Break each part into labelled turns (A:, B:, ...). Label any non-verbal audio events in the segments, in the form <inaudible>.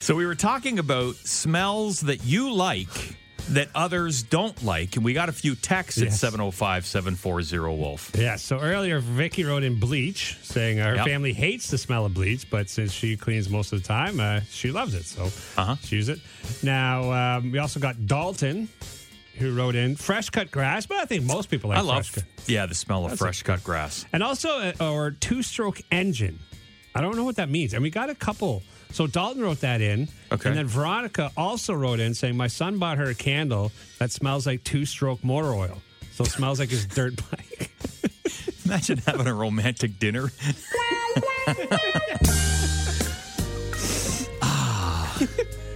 A: So we were talking about smells that you like that others don't like, and we got a few texts
B: Yes.
A: at 705-740-WOLF.
B: Yeah, so earlier Vicky wrote in bleach saying uh, her
A: Yep.
B: family hates the smell of bleach, but since she cleans most of the time, uh, she loves it. So
A: Uh-huh.
B: she uses it. Now, um, we also got Dalton who wrote in fresh cut grass, but I think most people like
A: I love,
B: fresh cut.
A: yeah, the smell of
B: That's
A: fresh cut grass.
B: And also uh, our two stroke engine. I don't know what that means. And we got a couple. So Dalton wrote that in.
A: Okay.
B: And then Veronica also wrote in saying, My son bought her a candle that smells like two stroke motor oil. So it smells like his dirt <laughs> bike.
A: Imagine having a romantic dinner. <laughs> Ah.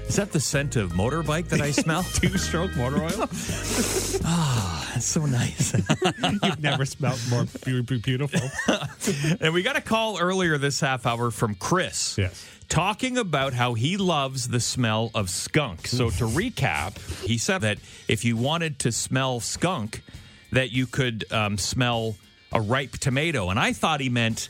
A: Is that the scent of motorbike that I
B: <laughs>
A: smell?
B: two stroke motor oil?
A: That's so nice.
B: You've never smelled more be- be- beautiful.
A: and we got a call earlier this half hour from Chris.
B: Yes.
A: Talking about how he loves the smell of skunk. So to recap, he said that if you wanted to smell skunk, that you could um, smell a ripe tomato. And I thought he meant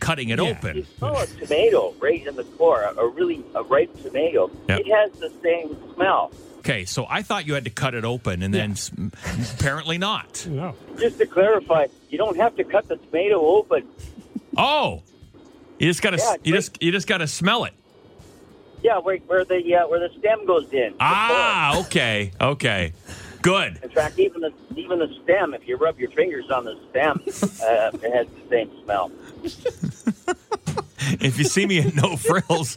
A: cutting it
B: Yeah.
A: open.
C: smell a tomato right in the core, a really a ripe tomato,
A: Yep.
C: it has the same smell.
A: Okay, so I thought you had to cut it open, and then s- apparently not.
B: No.
C: Just to clarify, you don't have to cut the tomato open.
A: Oh, you just gotta
C: Yeah,
A: you
C: like-
A: just you just gotta smell it.
C: Yeah, where, where the uh, where the stem goes in. the core.
A: Ah, okay, okay, good.
C: In fact, even the even the stem, if you rub your fingers on the stem, <laughs> uh, it has the same smell.
A: If you see me at no <laughs> frills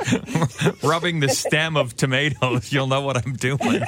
A: rubbing the stem of tomatoes, you'll know what I'm doing.